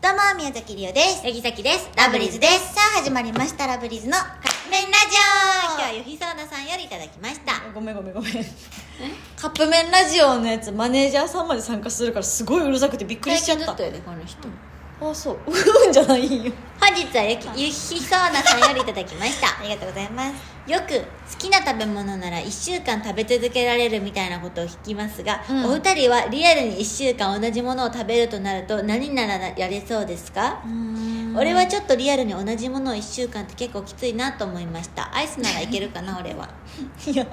どうも、宮崎りおです。えぎさきです。ラブリーズです。さあ、始まりました、ラブリーズのカップ麺ラ今日はジゆひそうなさんよりいただきました。ごめんごめんごめんカップ麺ラジオのやつマネージャーさんまで参加するからすごいうるさくてびっくりしちゃったよね、この人。あそう うんじゃないよ本日はゆきゆひそうなさんよりいただきました。オ ありがとうございます。よく好きな食べ物なら1週間食べ続けられるみたいなことを聞きますが、うんお二人はリアルに1週間同じものを食べるとなると何ならやれそうですか、俺はちょっとリアルに同じものを1週間って結構きついなと思いましたアイスならいけるかな俺はいや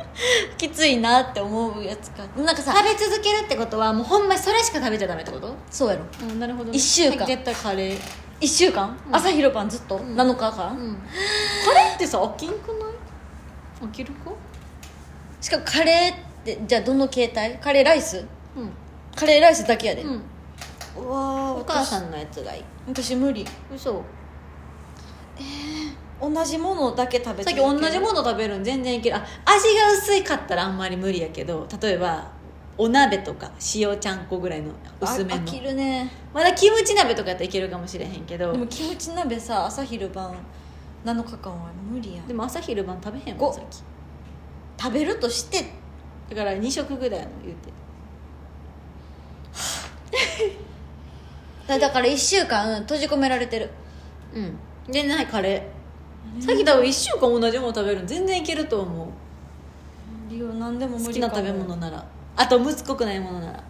きついなって思うやつかなんかさ食べ続けるってことはもうほんまにそれしか食べちゃダメってことそうやろなるほど一週間対カレー1週間、朝昼晩ずっと、7日間、んカレーってさ起きんくない起きるかしかもカレーってじゃあどの形態カレーライスうんカレーライスだけやで、うんうわお母さんのやつがいい私無理嘘同じものだけ食べさてっき同じもの食べるの全然いけるあ味が薄いかったらあんまり無理やけど例えばお鍋とか塩ちゃんこぐらいの薄めあの飽きるねまだキムチ鍋とかやったらいけるかもしれへんけどででももキムチ鍋さ朝昼晩7日間は無理や朝昼晩食べへんごわさっき食べるとしてだから2食ぐらいの言う てだだから1週間閉じ込められてるうんでないカレーさっき多分1週間同じもの食べるの全然いけると思う理由何でも無理好かきな食べ物ならあとむつこくないものなら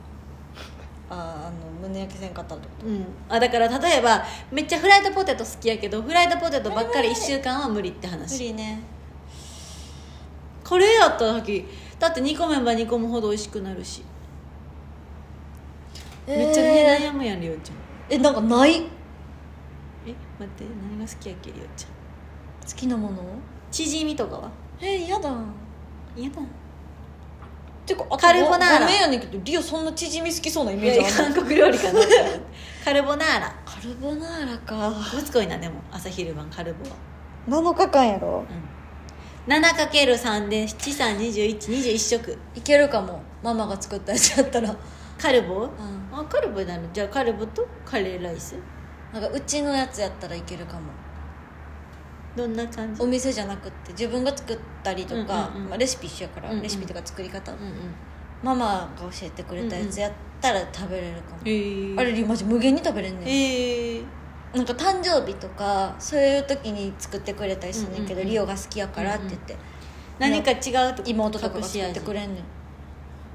ああの胸焼けせんかったらとうん、あだから例えばめっちゃフライドポテト好きやけどフライドポテトばっかり1週間は無理って無話理ねカレーやったらさっきだって煮込めば煮込むほど美味しくなるし、めっちゃねえー悩むやんりおちゃんえなんかない好え待って何が好きやっけりおちゃんきなものチヂミとかはえ嫌だ嫌だてかあカルボナーラごめんやねんけどリオそんな縮み好きそうなイメージあ韓る国料理かな って思ってカルボナーラカルボナーラかごつこいなでも朝昼晩カルボは7日間やろうん 7×3 で732121食いけるかもママが作ったやつやったらカルボ、んあカルボなのじゃあカルボとカレーライスなんかうちのやつやったらいけるかもどんな感じお店じゃなくって自分が作ったりとか、うんうんうんまあ、レシピ一緒やから、うんうんレシピとか作り方、うんうんママが教えてくれたやつやったら食べれるかも、えー、あれリマジ無限に食べれんねんえー、なんか誕生日とかそういう時に作ってくれたりするねんうけど、んうんうんリオが好きやからって言って、何か違うと妹とかが作ってくれんね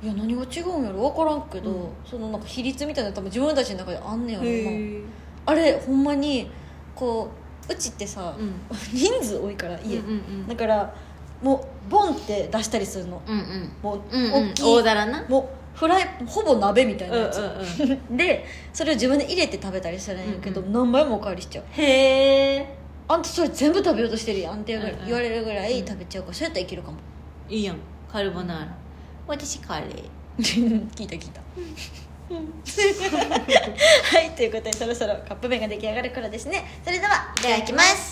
んいや何が違うんやろ分からんけど、うんそのなんか比率みたいなの多分自分たちの中であんねやろへな、ーあれほんまにこううちってさ、うん 人数多いから家、うんうんだからもうボンって出したりするのうんうんもううんうん大きい、大皿なもうフライほぼ鍋みたいなやつ、うんうん でそれを自分で入れて食べたりするんやけど、うん何倍もおかわりしちゃうへえあんたそれ全部食べようとしてるやんって言われうんうん言われるぐらい食べちゃうからそうやったらいけるかも いいやんカルボナーラ私カレー聞いた聞い たはいということでそろそろカップ麺が出来上がるからですねそれでは、いただきます。